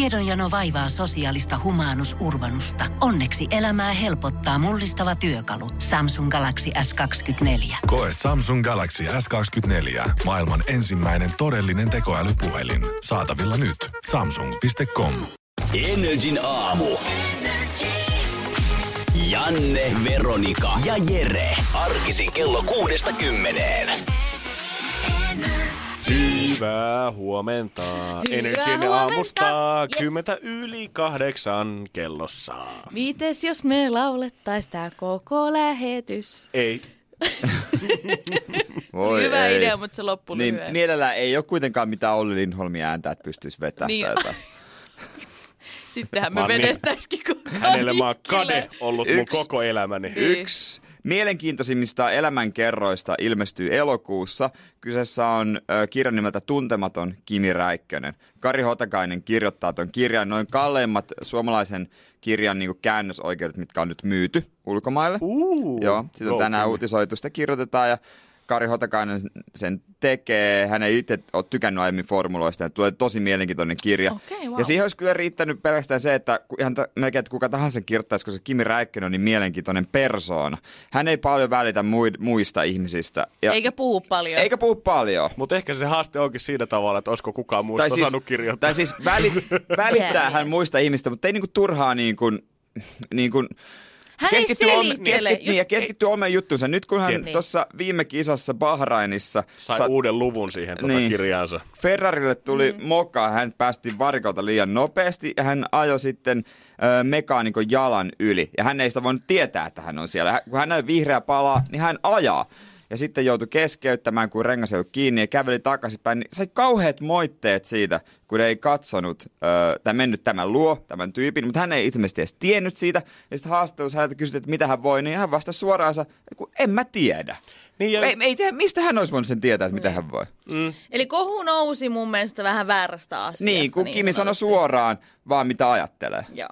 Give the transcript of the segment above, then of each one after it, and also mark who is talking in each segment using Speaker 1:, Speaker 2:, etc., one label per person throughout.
Speaker 1: Tiedonjano vaivaa sosiaalista humanus urbanusta. Onneksi elämää helpottaa mullistava työkalu. Samsung Galaxy S24.
Speaker 2: Koe Samsung Galaxy S24. Maailman ensimmäinen todellinen tekoälypuhelin. Saatavilla nyt. Samsung.com.
Speaker 3: Energin aamu. Janne, Veronika ja Jere. Arkisin kello kuudesta kymmeneen.
Speaker 4: Hyvää huomenta. Energin
Speaker 5: huomenta.
Speaker 4: aamusta.
Speaker 5: Yes.
Speaker 4: Kymmentä yli kahdeksan kellossa.
Speaker 5: Mites jos me laulettais tää koko lähetys?
Speaker 4: Ei.
Speaker 6: Voi
Speaker 5: Niin Hyvä
Speaker 6: ei.
Speaker 5: idea, mutta se loppui
Speaker 6: Niin,
Speaker 5: lyhyen.
Speaker 6: mielellään ei ole kuitenkaan mitään Olli Lindholmin ääntä, että pystyisi vetämään
Speaker 5: Niin.
Speaker 6: niin. tätä.
Speaker 5: Sittenhän me
Speaker 4: Mä oon niin-
Speaker 5: vedettäisikin koko
Speaker 4: Hänelle mä oon
Speaker 5: kaikille.
Speaker 4: kade ollut mun
Speaker 6: Yksi.
Speaker 4: koko elämäni.
Speaker 6: Yksi mielenkiintoisimmista elämänkerroista ilmestyy elokuussa. Kyseessä on ö, kirja nimeltä Tuntematon Kimi Räikkönen. Kari Hotakainen kirjoittaa ton kirjan noin kalleimmat suomalaisen kirjan niin käännösoikeudet, mitkä on nyt myyty ulkomaille.
Speaker 4: Uu,
Speaker 6: Joo, sitä on tänään
Speaker 4: Kimi.
Speaker 6: uutisoitu, sitä kirjoitetaan ja Kari Hotakainen sen tekee. Hän ei itse ole tykännyt aiemmin formuloista ja tulee tosi mielenkiintoinen kirja.
Speaker 5: Okei, wow.
Speaker 6: Ja siihen olisi kyllä riittänyt pelkästään se, että ku- ihan ta- melkein että kuka tahansa sen kirjoittaisi, koska Kimi Räikkönen on niin mielenkiintoinen persoona. Hän ei paljon välitä mui- muista ihmisistä. Ja
Speaker 5: Eikä puhu paljon.
Speaker 6: eikä puhu paljon.
Speaker 4: Mutta ehkä se haaste onkin siinä tavalla, että olisiko kukaan muusta
Speaker 6: Tai siis,
Speaker 4: osannut kirjoittaa.
Speaker 6: tai siis väli, välittää hän muista ihmistä, mutta ei niinku turhaa niinku, niinku,
Speaker 5: Hän ei
Speaker 6: keskittyy,
Speaker 5: selittele.
Speaker 6: om, keskit, niin, ja keskittyy omeen juttuunsa. Nyt kun hän
Speaker 5: Niin.
Speaker 6: tuossa viime kisassa Bahrainissa
Speaker 4: Sai
Speaker 6: siis sa-
Speaker 4: uuden luvun siihen tuota
Speaker 6: Niin.
Speaker 4: kirjaansa.
Speaker 6: Ferrarille tuli mm. moka, hän päästi varikolta liian nopeasti ja hän ajoi sitten ö, mekaanikon jalan yli. Ja hän ei sitä voinut tietää, että hän on siellä. Hän- Kun hän näin vihreä palaa, niin hän ajaa. Ja sitten joutui keskeyttämään, kun rengas ei ollut kiinni ja käveli takaisinpäin. Niin sai kauheat moitteet siitä, kun ei katsonut ö, tai mennyt tämän luo, tämän tyypin. Mutta hän ei ilmeisesti edes tiennyt siitä. Ja sitten haastattelussa häneltä kysyttiin, että mitä hän voi, niin hän vastasi suoraansa, kun en mä tiedä.
Speaker 4: Niin, ja-
Speaker 6: Ei, ei, tiedä, mistä hän olisi voinut sen tietää, että mitä hän voi.
Speaker 5: Eli kohu nousi mun mielestä vähän väärästä asiasta.
Speaker 6: Niin, kun Kimi sanoi
Speaker 5: sanotusti.
Speaker 6: suoraan vaan mitä ajattelee.
Speaker 5: Joo.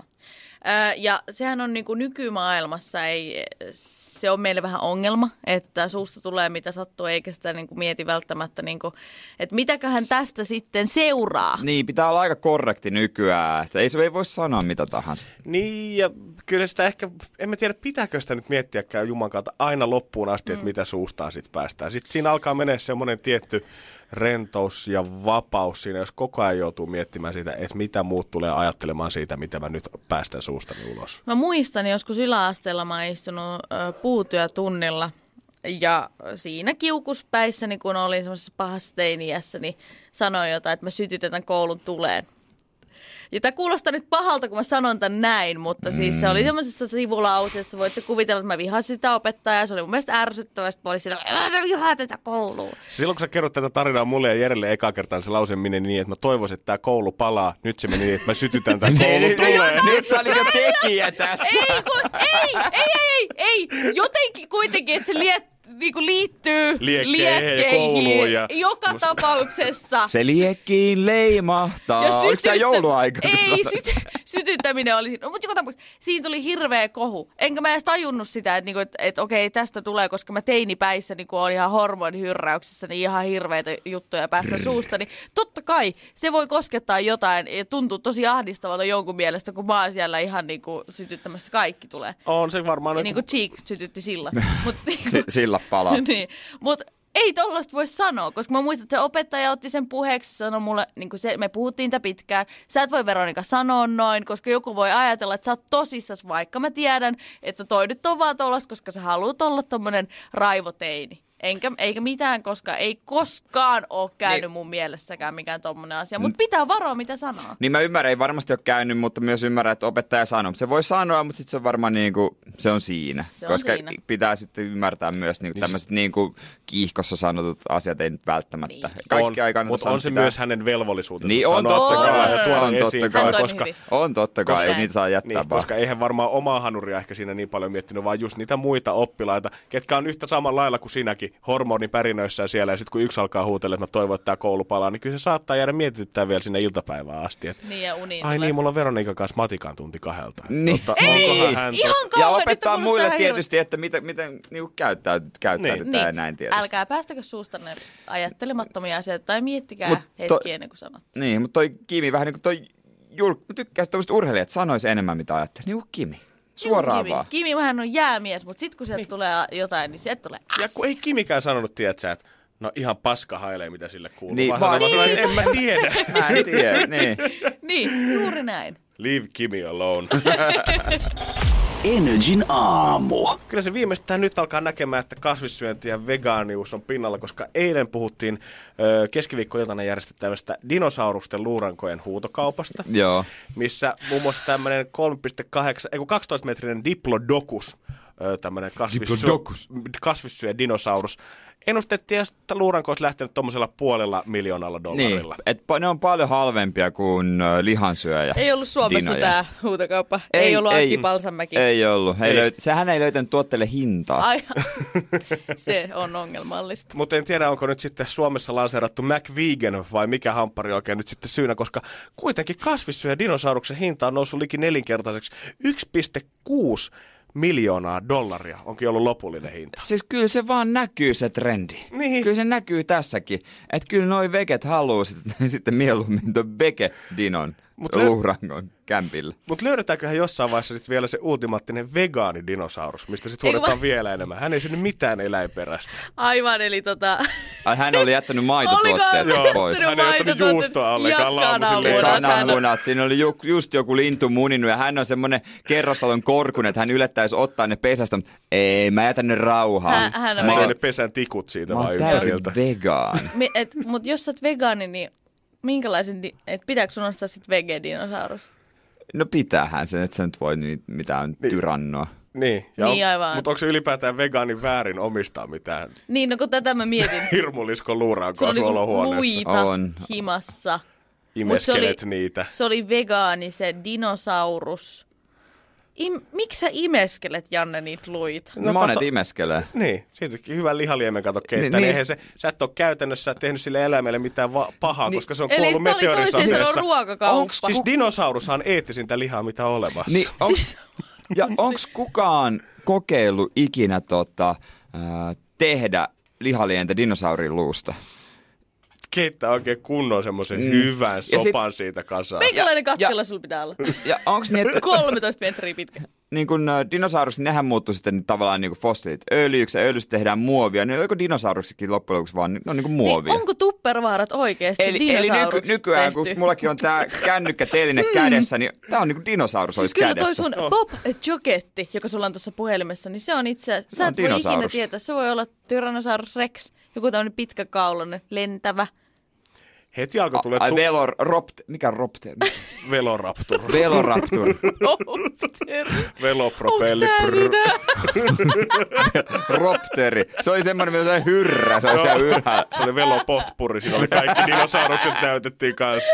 Speaker 5: Ö, Ja sehän on niin kuin nykymaailmassa, ei, se on meille vähän ongelma, että suusta tulee mitä sattuu, eikä sitä niin kuin mieti välttämättä, niin kuin, että mitäköhän tästä sitten seuraa.
Speaker 6: Niin, pitää olla aika korrekti nykyään, että ei se ei voi sanoa mitä tahansa.
Speaker 4: Niin, ja kyllä sitä ehkä, en mä tiedä pitääkö sitä nyt miettiäkään Juman kautta aina loppuun asti,
Speaker 5: Mm.
Speaker 4: että mitä suustaan sitten päästään. Sitten siinä alkaa mennä semmoinen tietty rentous ja vapaus siinä, jos koko ajan joutuu miettimään sitä, että mitä muut tulee ajattelemaan siitä, mitä mä nyt päästän suustani ulos.
Speaker 5: Mä muistan joskus yläasteella mä oon istunut ö, puutyötunnilla ja siinä kiukuspäissäni, kun olin semmoisessa pahassa teiniässä, niin sanoin jotain, että mä sytytetän koulun tuleen. Ja tämä kuulostaa nyt pahalta, kun mä sanon tämän näin, mutta siis se oli semmoisessa sivulauseessa. Voitte kuvitella, että mä vihasin sitä opettajaa. Se oli mun mielestä ärsyttävää. Sitten mä olin sillä, "Ää, mä vihaan tätä koulua.
Speaker 4: Silloin kun sä kerrot tätä tarinaa mulle ja Jerelle eka kertaa, niin se lause meni niin, että mä toivoisin, että tämä koulu palaa. Nyt se meni niin, että mä sytytän tämän koulun tuleen.
Speaker 6: Nyt sä olit jo tekijä tässä.
Speaker 5: Ei, kun, ei, ei, ei, ei, ei. Jotenkin kuitenkin, että se liet, niinku liittyy
Speaker 4: Liekkeihin ja kouluun ja-
Speaker 5: joka tapauksessa.
Speaker 6: Se liekkiin leimahtaa. Oliko tämä
Speaker 5: sytyttä-
Speaker 6: jouluaika? kun
Speaker 5: Ei,
Speaker 6: sä-
Speaker 5: syty, sytyttäminen oli siinä. No, mutta joka tapauksessa siinä tuli hirveä kohu. Enkä mä edes tajunnut sitä, että, niinku, että, että okei, tästä tulee, koska mä teinipäissä niin on ihan hormonihyrräyksessä, niin ihan hirveitä juttuja
Speaker 4: Mm.
Speaker 5: päästä suusta. Niin totta kai se voi koskettaa jotain ja tuntuu tosi ahdistavalta jonkun mielestä, kun mä oon siellä ihan niin kuin, sytyttämässä kaikki tulee.
Speaker 4: On se varmaan...
Speaker 5: Ja niin kuin Cheek sytytti sillä. Mut, niinku-
Speaker 6: Si- Sillä palaa.
Speaker 5: niin. Mut ei tollasta voi sanoa, koska mä muistan, että se opettaja otti sen puheeksi ja sanoi mulle, niin kuin se, me puhuttiin tätä pitkään, sä et voi Veronika sanoa noin, koska joku voi ajatella, että sä oot tosissas, vaikka mä tiedän, että toi nyt on vaan tollasta, koska sä haluat olla tommonen raivoteini. Enkä, eikä mitään koskaan, ei koskaan ole käynyt
Speaker 6: Niin.
Speaker 5: mun mielessäkään mikään tommonen asia, mutta pitää varoa mitä sanoo.
Speaker 6: Niin mä ymmärrän, ei varmasti ole käynyt, mutta myös ymmärrän, että opettaja sanoo. Se voi sanoa, mutta sitten se on varmaan niinku, se on siinä.
Speaker 5: Se on
Speaker 6: koska
Speaker 5: siinä.
Speaker 6: pitää sitten ymmärtää myös
Speaker 4: Niin
Speaker 6: niinku tämmöiset niinku kiihkossa sanotut asiat ei nyt välttämättä.
Speaker 5: Niin.
Speaker 6: Kaikki
Speaker 4: on,
Speaker 6: ei kannata
Speaker 4: Mutta
Speaker 6: sanoa
Speaker 4: on se
Speaker 6: pitää.
Speaker 4: myös hänen velvollisuutensa
Speaker 6: Niin on
Speaker 4: sanoa
Speaker 6: totta
Speaker 4: tämä
Speaker 5: kai,
Speaker 4: ja tuoda
Speaker 6: on
Speaker 4: niin esiin
Speaker 6: totta
Speaker 4: tämä,
Speaker 5: kai.
Speaker 4: koska,
Speaker 5: Hän toimi
Speaker 6: On totta kai, ei
Speaker 5: Koska-
Speaker 6: niitä saa jättää
Speaker 4: niin,
Speaker 6: vaan.
Speaker 4: koska eihän varmaan omaa hanuria ehkä siinä niin paljon miettinyt, vaan just niitä muita oppilaita, ketkä on yhtä samalla lailla kuin sinäkin hormonipärinöissään siellä. Ja sitten kun yksi alkaa huutella, että mä toivon, että tämä koulu palaa, niin kyllä se saattaa jäädä mietityttää vielä sinne iltapäivään asti. Et,
Speaker 5: Niin ja uniin
Speaker 4: ai
Speaker 5: tulee.
Speaker 4: niin, mulla on Veronika kanssa matikan tunti kahdelta. Et
Speaker 6: Niin.
Speaker 4: totta,
Speaker 6: Ei,
Speaker 4: onkohan hän
Speaker 5: ihan
Speaker 4: totta-
Speaker 6: ja
Speaker 5: kauhean, nyt
Speaker 6: opettaa
Speaker 5: on musta
Speaker 6: muille
Speaker 5: ihan
Speaker 6: tietysti, että miten, miten niinku käyttäyty, käyttäydytään ja näin tietysti.
Speaker 5: Niin, Älkää päästäkö suustanne ajattelemattomia asioita tai miettikää
Speaker 6: Mut
Speaker 5: Mut
Speaker 6: to-
Speaker 5: hetki ennen kuin sanot.
Speaker 6: Niin, mutta toi Kimi vähän niin kuin toi jul... mä tykkään, että urheilijat sanois enemmän, mitä ajattelee. Niin kuin Kimi. Suoraan
Speaker 5: Kimi.
Speaker 6: vaan.
Speaker 5: Kimi vähän on jäämies, mutta sitten kun sieltä niin. tulee jotain, niin sieltä tulee
Speaker 4: Ja
Speaker 5: äs.
Speaker 4: kun ei Kimikään sanonut, tiedätkö, että no ihan paska hailee, mitä sille kuuluu.
Speaker 6: Niin,
Speaker 4: Niin, vaan
Speaker 6: vaan-
Speaker 4: sanoi vaan,
Speaker 5: Niin,
Speaker 4: että en mä tiedä.
Speaker 6: Mä en tiedä, niin.
Speaker 5: Niin, juuri näin.
Speaker 4: Leave Kimi alone.
Speaker 3: Energin aamu.
Speaker 4: Kyllä se viimeistään nyt alkaa näkemään, että kasvissyönti ja vegaanius on pinnalla, koska eilen puhuttiin ö, keskiviikkoiltana järjestettävästä dinosaurusten luurankojen huutokaupasta.
Speaker 6: Joo.
Speaker 4: missä muun muassa tämmöinen 3,8, ei kun 12-metrinen diplodocus, ö, tämmöinen
Speaker 6: Diplodocus.
Speaker 4: kasvissyö, kasvissyö dinosaurus, ennustettiin, että luuranko olisi lähtenyt tuommoisella puolella miljoonalla
Speaker 6: Niin,
Speaker 4: dollarilla.
Speaker 6: et pa- ne on paljon halvempia kuin ö, lihansyöjä.
Speaker 5: Ei ollut Suomessa
Speaker 6: Dinoja.
Speaker 5: tämä huutokauppa. Ei, ei ollut Aki Palsamäki.
Speaker 6: Ei ollut. Ei
Speaker 4: Ei.
Speaker 6: Löyt, sehän ei löytänyt tuotteelle hintaa.
Speaker 5: Ai, se on ongelmallista.
Speaker 4: Mutta en tiedä, onko nyt sitten Suomessa lanseerattu McVegan vai mikä hamppari oikein nyt sitten syynä, koska kuitenkin kasvissyöjä dinosauruksen hinta on noussut liki nelinkertaiseksi 1,6 miljoonaa dollaria onkin ollut lopullinen hinta.
Speaker 6: Siis kyllä se vaan näkyy se trendi.
Speaker 4: Niin.
Speaker 6: Kyllä se näkyy tässäkin. Että kyllä noi veget haluu sitten, sitten mieluummin ton vegedinon
Speaker 4: Mut lö-
Speaker 6: luurangon kämpillä.
Speaker 4: Mutta löydetäänköhän jossain vaiheessa sit vielä se ultimaattinen vegaanidinosaurus, mistä sitten
Speaker 5: Ei
Speaker 4: huoletaan
Speaker 5: kun-
Speaker 4: vielä enemmän. Hän ei syönyt mitään eläinperäistä.
Speaker 5: Aivan, eli tota...
Speaker 6: Ai hän oli jättänyt
Speaker 5: Olikohan
Speaker 6: maitotuotteet
Speaker 5: Joo.
Speaker 6: pois.
Speaker 4: Hän ei ottanut
Speaker 5: maitotuotteet
Speaker 4: juustoa ollenkaan
Speaker 5: ja
Speaker 4: aamuisin
Speaker 5: kananmunat. Hän on-
Speaker 6: Kananmunat. Siinä oli ju, just joku lintu muninut ja hän on semmonen kerrostalon korkun, että hän ylettäisi ottaa ne pesästä. mutta Ei, mä jätän ne rauhaan.
Speaker 5: Hän- hän on-
Speaker 4: Mä
Speaker 6: mä,
Speaker 4: oon
Speaker 6: oon-
Speaker 4: ne pesän tikut siitä
Speaker 6: mä
Speaker 4: vaan
Speaker 6: oon täysin
Speaker 4: ympäriltä.
Speaker 6: vegaan.
Speaker 5: Mi- et, mut jos sä oot vegaani, niin minkälaisen, di- et pitääkö sun ostaa sit vegedinosaurus?
Speaker 6: No pitäähän sen, että sä nyt voi niitä mitään
Speaker 4: Niin.
Speaker 6: tyrannoa.
Speaker 4: Niin,
Speaker 5: Niin, aivan.
Speaker 4: Mutta onko se ylipäätään vegaanin väärin omistaa mitään
Speaker 5: Niin, no kun tätä mä mietin.
Speaker 4: hirmulisko
Speaker 5: Se
Speaker 4: luuraankoa
Speaker 5: oli
Speaker 4: sulla
Speaker 5: niinku
Speaker 4: huoneessa?
Speaker 5: luita
Speaker 6: On.
Speaker 5: himassa.
Speaker 4: Imeskelet
Speaker 5: se oli-
Speaker 4: niitä.
Speaker 5: Se oli vegaani, se dinosaurus. Im- Miksi sä imeskelet, Janne, niitä luita?
Speaker 6: No, Monet kato... imeskelee.
Speaker 4: Niin, siitäkin hyvän lihaliemen kato keittää.
Speaker 6: Niin,
Speaker 4: Niin,
Speaker 6: niin.
Speaker 4: Eihän se, sä et ole käytännössä tehnyt sille eläimelle mitään va- pahaa,
Speaker 6: Niin.
Speaker 4: koska se on
Speaker 5: Eli
Speaker 4: kuollut
Speaker 5: sitä oli toisin
Speaker 4: meteorisateessa.
Speaker 5: sanoen ruokakauppa.
Speaker 4: Onks- Siis dinosaurus on eettisintä lihaa, mitä on olemassa.
Speaker 6: Niin, onks,
Speaker 5: Siis-
Speaker 6: ja onks kukaan kokeillut ikinä tota, äh, tehdä lihalientä dinosaurin luusta?
Speaker 4: keittää oikein kunnon semmoisen mm. hyvän
Speaker 6: Ja sit-
Speaker 4: sopan sit... siitä kasaan.
Speaker 5: Minkälainen
Speaker 6: Ja- ja-
Speaker 5: kattila sulla pitää olla?
Speaker 6: Ja onks niin, että
Speaker 5: 13 metriä pitkä.
Speaker 6: niin kun, äh, dinosaurukset, nehän muuttuu sitten niin tavallaan niin fossiilit öljyksi ja öljystä tehdään muodia, niin onko dinosauruksikin loppujen lopuksi vaan, ne on niin kuin muovia?
Speaker 5: Niin, onko tuppervaarat oikeasti
Speaker 6: Eli, eli nyky,
Speaker 5: dinosaurukset
Speaker 6: nykyään,
Speaker 5: tehty? Hmm.
Speaker 6: kun mullakin on tää kännykkä teline kädessä, niin tää on niinku dinosaurus
Speaker 5: Siis
Speaker 6: olisi
Speaker 5: kyllä
Speaker 6: kädessä.
Speaker 5: toi sun Bob Joketti, joka sulla on tuossa puhelimessa, niin se on itse asiassa,
Speaker 6: on
Speaker 5: sä et voi ikinä
Speaker 6: dinosaurusta.
Speaker 5: tietää, se voi olla Tyrannosaurus Rex, joku tämmöinen pitkäkaulainen, lentävä.
Speaker 4: Heti alkoi tulla
Speaker 6: Ai
Speaker 4: tu-
Speaker 6: velor, ropt, mikä ropte?
Speaker 4: veloraptor,
Speaker 6: Veloraptor.
Speaker 4: velopropelli.
Speaker 5: Onks tää
Speaker 4: prrr.
Speaker 5: sitä?
Speaker 6: Ropteri. Se oli semmoinen, mitä se hyrrä, se oli siellä ylhäällä.
Speaker 4: Se oli velopotpuri, siinä oli kaikki dinosaurukset näytettiin kanssa.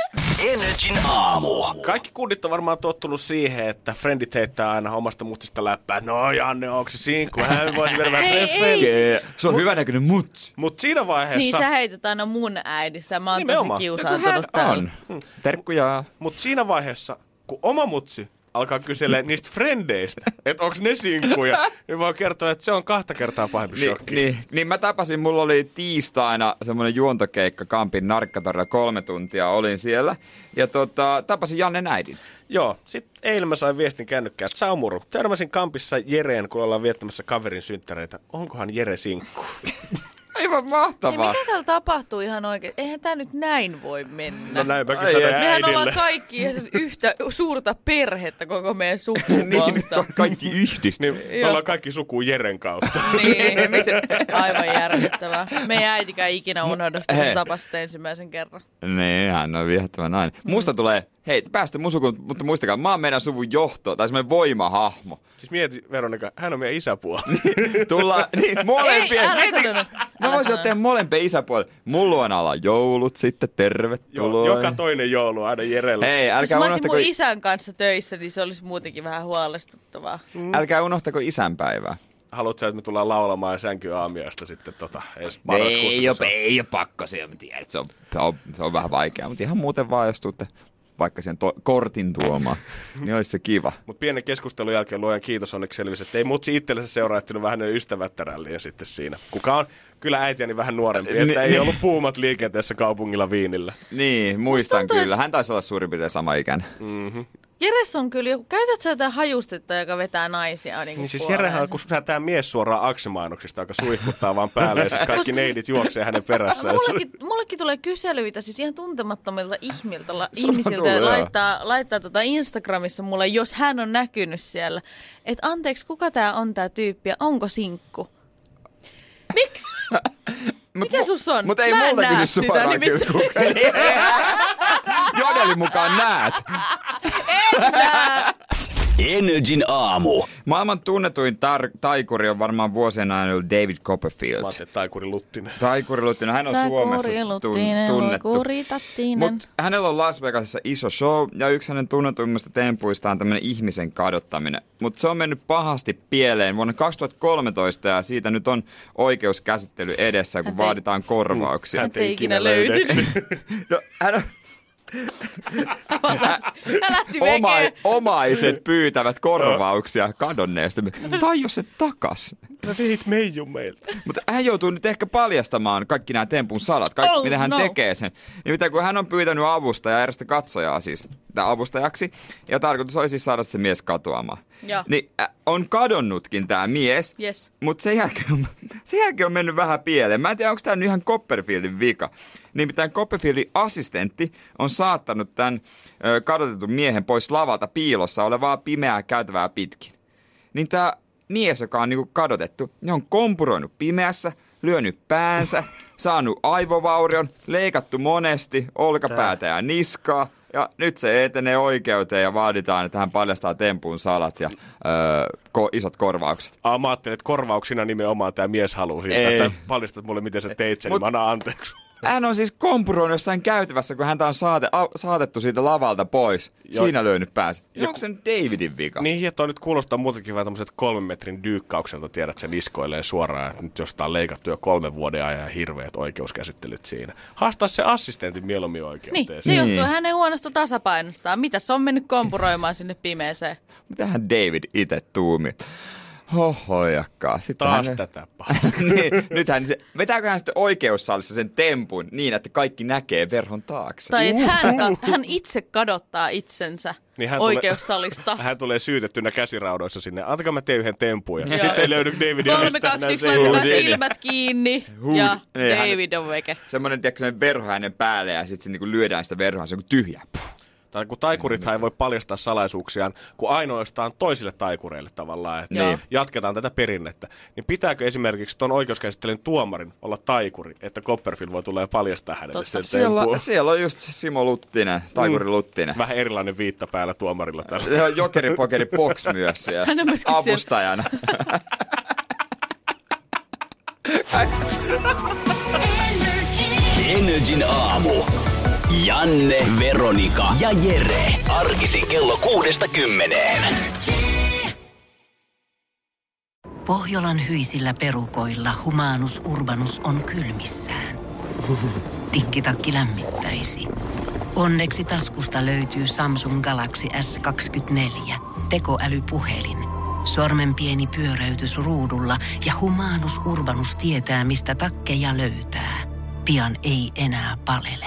Speaker 3: Energin aamu.
Speaker 4: Kaikki kundit on varmaan tottunut siihen, että frendit heittää aina omasta mutista läppää. No Janne, onko se sinkku? Hän voisi viedä vähän
Speaker 5: Ei,
Speaker 4: treffeille.
Speaker 6: Se on hyvänäköinen mutsi.
Speaker 4: Mutta siinä
Speaker 5: Niin
Speaker 4: vaiheessa...
Speaker 5: sä heität aina mun äidistä, ja mä oon tosi
Speaker 4: Nimenomaan.
Speaker 5: kiusaantunut täällä.
Speaker 6: No On. Terkkuja.
Speaker 4: Mutta siinä vaiheessa, kun oma mutsi alkaa kyselee niistä frendeistä, että onko ne sinkkuja, niin voi kertoa, että se on kahta kertaa pahempi
Speaker 6: Niin,
Speaker 4: shokki.
Speaker 6: niin, niin, mä tapasin, mulla oli tiistaina semmoinen juontokeikka Kampin narkkatorilla kolme tuntia olin siellä. Ja tota, tapasin Janne äidin.
Speaker 4: Joo, sitten eilen mä sain viestin kännykkään, että Saumuru, törmäsin kampissa Jereen, kun ollaan viettämässä kaverin synttäreitä. Onkohan Jere sinkku?
Speaker 6: Aivan
Speaker 5: Ei,
Speaker 6: mahtavaa.
Speaker 5: Niin mitä täällä tapahtuu ihan oikein? Eihän tää nyt näin voi mennä.
Speaker 4: No näin mäkin
Speaker 6: Ai
Speaker 4: sanoin
Speaker 6: ei.
Speaker 5: Mehän ollaan
Speaker 4: äidille.
Speaker 5: kaikki yhtä suurta perhettä koko meidän
Speaker 6: niin,
Speaker 5: sukupuolta.
Speaker 6: kaikki yhdistä.
Speaker 4: Niin, me
Speaker 5: Joo.
Speaker 4: ollaan kaikki suku Jeren kautta.
Speaker 5: Niin, aivan järkyttävää. Meidän äitikään ikinä unohda sitä, kun
Speaker 6: Hei.
Speaker 5: sä tapasit ensimmäisen kerran.
Speaker 6: Niin, hän on viehättävä nainen. Musta tulee, hei, päästä musukun, mutta muistakaa, mä oon meidän suvun johto, tai semmoinen voimahahmo.
Speaker 4: Siis mieti, Veronika, hän on meidän isäpuoli.
Speaker 6: Tulla niin, molempien.
Speaker 5: Ei, älä
Speaker 6: Heti-
Speaker 5: sano nyt.
Speaker 6: Mä
Speaker 5: Älä
Speaker 6: voisin
Speaker 5: sano
Speaker 6: ottaa molempien isäpuolelle. Mulla on alla joulut sitten, tervetuloa.
Speaker 4: Joo, joka toinen joulu aina Jerellä.
Speaker 6: Hei,
Speaker 5: Jos
Speaker 6: älkää
Speaker 5: Siis mä olisin
Speaker 6: unohtako,
Speaker 5: mun isän kanssa töissä, niin se olisi muutenkin vähän huolestuttavaa.
Speaker 6: älkää unohtako isänpäivää.
Speaker 4: Haluatko sä, että me tullaan laulamaan sänky aamiaista sitten tota, ensi marraskuussa? kun se on?
Speaker 6: ole pakko se, mä tiedän, että se on, se on, se on vähän vaikeaa, mutta ihan muuten vaan, jos tuutte vaikka sen to- kortin tuoma, niin olisi se kiva.
Speaker 4: Mutta pienen keskustelun jälkeen luojan kiitos onneksi selvisi, että ei mutsi itsellensä seuraattunut vähän ne ystävättärälliä sitten siinä. Kuka on kyllä äitiäni vähän nuorempi,
Speaker 6: Ni-
Speaker 4: että ei
Speaker 6: ni-
Speaker 4: ollut puumat liikenteessä kaupungilla viinillä.
Speaker 6: Niin, muistan
Speaker 5: tuntuu, Mm.
Speaker 6: kyllä. Hän taisi olla suurin piirtein sama ikään.
Speaker 5: Jeres on kyllä joku, käytät sä jotain hajustetta, joka vetää naisia niin
Speaker 4: Niin siis Jerehän on, kun tämä mies suoraan aksimainoksista, joka suihkuttaa vaan päälle ja sitten
Speaker 5: Koska
Speaker 4: kaikki
Speaker 5: siis-
Speaker 4: neidit juoksee hänen perässään.
Speaker 5: No, Mullekin, mullekin tulee kyselyitä siis ihan tuntemattomilta ihmiltä, la,
Speaker 6: Sulla
Speaker 5: ihmisiltä
Speaker 6: tulee,
Speaker 5: ja
Speaker 6: joo.
Speaker 5: laittaa, laittaa tota Instagramissa mulle, jos hän on näkynyt siellä. Että anteeksi, kuka tämä on tämä tyyppi ja onko sinkku? Miksi? Mikä sus on?
Speaker 6: Mutta ei
Speaker 5: Mä en
Speaker 6: multa
Speaker 5: näe
Speaker 6: kysy
Speaker 5: sitä,
Speaker 6: suoraan
Speaker 5: niin
Speaker 6: kyllä
Speaker 5: mitä-
Speaker 6: kukaan. Jodelin mukaan näet.
Speaker 3: Energin aamu.
Speaker 6: Maailman tunnetuin tar- taikuri on varmaan vuosien ajan ollut David Copperfield.
Speaker 4: Mä ajattelin, että taikuri Luttinen.
Speaker 6: Taikuri Luttinen, hän on
Speaker 5: Taikuri
Speaker 6: Suomessa
Speaker 5: Luttinen,
Speaker 6: tun- tunnettu.
Speaker 5: taikuri Tattinen.
Speaker 6: Mut hänellä on Las Vegasissa iso show ja yksi hänen tunnetuimmista tempuista on tämmöinen ihmisen kadottaminen. Mutta se on mennyt pahasti pieleen vuonna 2013 ja siitä nyt on oikeuskäsittely edessä, kun
Speaker 5: Häntä ei-
Speaker 6: vaaditaan korvauksia.
Speaker 4: Mm.
Speaker 5: Häntä ei ikinä löytynyt.
Speaker 6: No, hän on,
Speaker 5: Hän lähti
Speaker 6: oma,
Speaker 5: vekeen.
Speaker 6: omaiset pyytävät korvauksia kadonneesta. Tai jos se takas.
Speaker 4: Sä veit meijun meiltä.
Speaker 6: Mutta hän joutuu nyt ehkä paljastamaan kaikki nämä tempun salat, kaikki
Speaker 5: Oh,
Speaker 6: mitä hän
Speaker 5: no.
Speaker 6: tekee sen. Nimittäin kun hän on pyytänyt avustajaa, erästä katsojaa siis, tai avustajaksi, ja tarkoitus oli siis saada se mies katoamaan.
Speaker 5: Joo.
Speaker 6: Niin ä, on kadonnutkin tämä mies,
Speaker 5: Yes.
Speaker 6: mutta sen jälkeen, on, sen jälkeen on mennyt vähän pieleen. Mä en tiedä, onko tämä nyt ihan Copperfieldin vika. Nimittäin Copperfieldin asistentti on saattanut tämän ö, kadotetun miehen pois lavalta piilossa olevaa pimeää käytävää pitkin. Niin tämä mies, joka on niinku kadotettu, niin on kompuroinut pimeässä, lyönyt päänsä, saanut aivovaurion, leikattu monesti olkapäätä ja niskaa. Ja nyt se etenee oikeuteen ja vaaditaan, että hän paljastaa tempun salat ja öö, ko- isot korvaukset.
Speaker 4: Aa, mä ajattelin, että korvauksina nimenomaan tämä mies haluaa siltä,
Speaker 6: Ei.
Speaker 4: että paljastat mulle, miten sä teit sen,
Speaker 6: Mut-
Speaker 4: Mut... mä annan anteeksi.
Speaker 6: Hän on siis kompuroinut jossain käytävässä, kun häntä on saate, a, saatettu siitä lavalta pois.
Speaker 4: Joo.
Speaker 6: Siinä löynyt päänsä. Ja onko se nyt Davidin vika?
Speaker 4: Niin, ja toi nyt kuulostaa muutenkin vähän tämmöiset kolmen metrin dyykkaukselta, tiedät sen iskoilleen suoraan, että nyt jostain on leikattu jo kolmen vuoden ajan ja hirveät oikeuskäsittelyt siinä. Haastaa se assistentin mieluummin
Speaker 5: Niin,
Speaker 4: oikeuteen.
Speaker 5: se johtuu
Speaker 6: Niin.
Speaker 5: hänen huonosta tasapainostaan. Mitä se on mennyt kompuroimaan sinne pimeeseen?
Speaker 6: Mitähän David itse tuumi? Hohojakkaa. Sitten
Speaker 4: Taas
Speaker 6: hän-
Speaker 4: tätä pahaa.
Speaker 6: niin, nythän se, vetääkö hän sitten oikeussalissa sen tempun niin, että kaikki näkee verhon taakse?
Speaker 5: Tai että hän, ka- hän itse kadottaa itsensä
Speaker 4: Niin
Speaker 5: niin
Speaker 4: hän
Speaker 5: oikeussalista.
Speaker 4: Hän tulee syytettynä käsiraudoissa sinne. Antakaa mä teen yhden tempun. Ja
Speaker 5: Joo.
Speaker 4: sitten ei löydy Davidia.
Speaker 5: 3,
Speaker 4: mistään
Speaker 5: 2, 1,
Speaker 4: näin
Speaker 5: laitetaan
Speaker 4: seuraavaksi.
Speaker 5: silmät kiinni ja
Speaker 6: Niin, hän-
Speaker 5: David on veke.
Speaker 6: Semmoinen, tiedätkö, semmoinen verho hänen päälle ja sitten niinku lyödään sitä verhoa, se on kuin tyhjä. Puh.
Speaker 4: Tai kun taikurithan ei voi paljastaa salaisuuksiaan kuin ainoastaan toisille taikureille tavallaan, että
Speaker 5: Joo.
Speaker 4: jatketaan tätä perinnettä. Niin pitääkö esimerkiksi tuon oikeuskäsittelyn tuomarin olla taikuri, että Copperfield voi tulla ja paljastaa hänelle
Speaker 5: Totta.
Speaker 4: sen
Speaker 6: Siellä,
Speaker 4: tempun?
Speaker 6: on- siellä on just se Simo Luttinen, Taikuri
Speaker 4: Mm.
Speaker 6: Luttinen.
Speaker 4: Vähän erilainen viitta päällä tuomarilla tällä.
Speaker 6: Se on Jokeri Pokeri Box myös siellä
Speaker 5: Hän on myöskin siellä.
Speaker 6: avustajana.
Speaker 3: Energin aamu. Janne, Veronika ja Jere. Arkisin kello kuudesta kymmeneen.
Speaker 1: Pohjolan hyisillä perukoilla humanus urbanus on kylmissään. Tikkitakki lämmittäisi. Onneksi taskusta löytyy Samsung Galaxy S24. Tekoälypuhelin. Sormen pieni pyöräytys ruudulla ja humanus urbanus tietää, mistä takkeja löytää. Pian ei enää palele.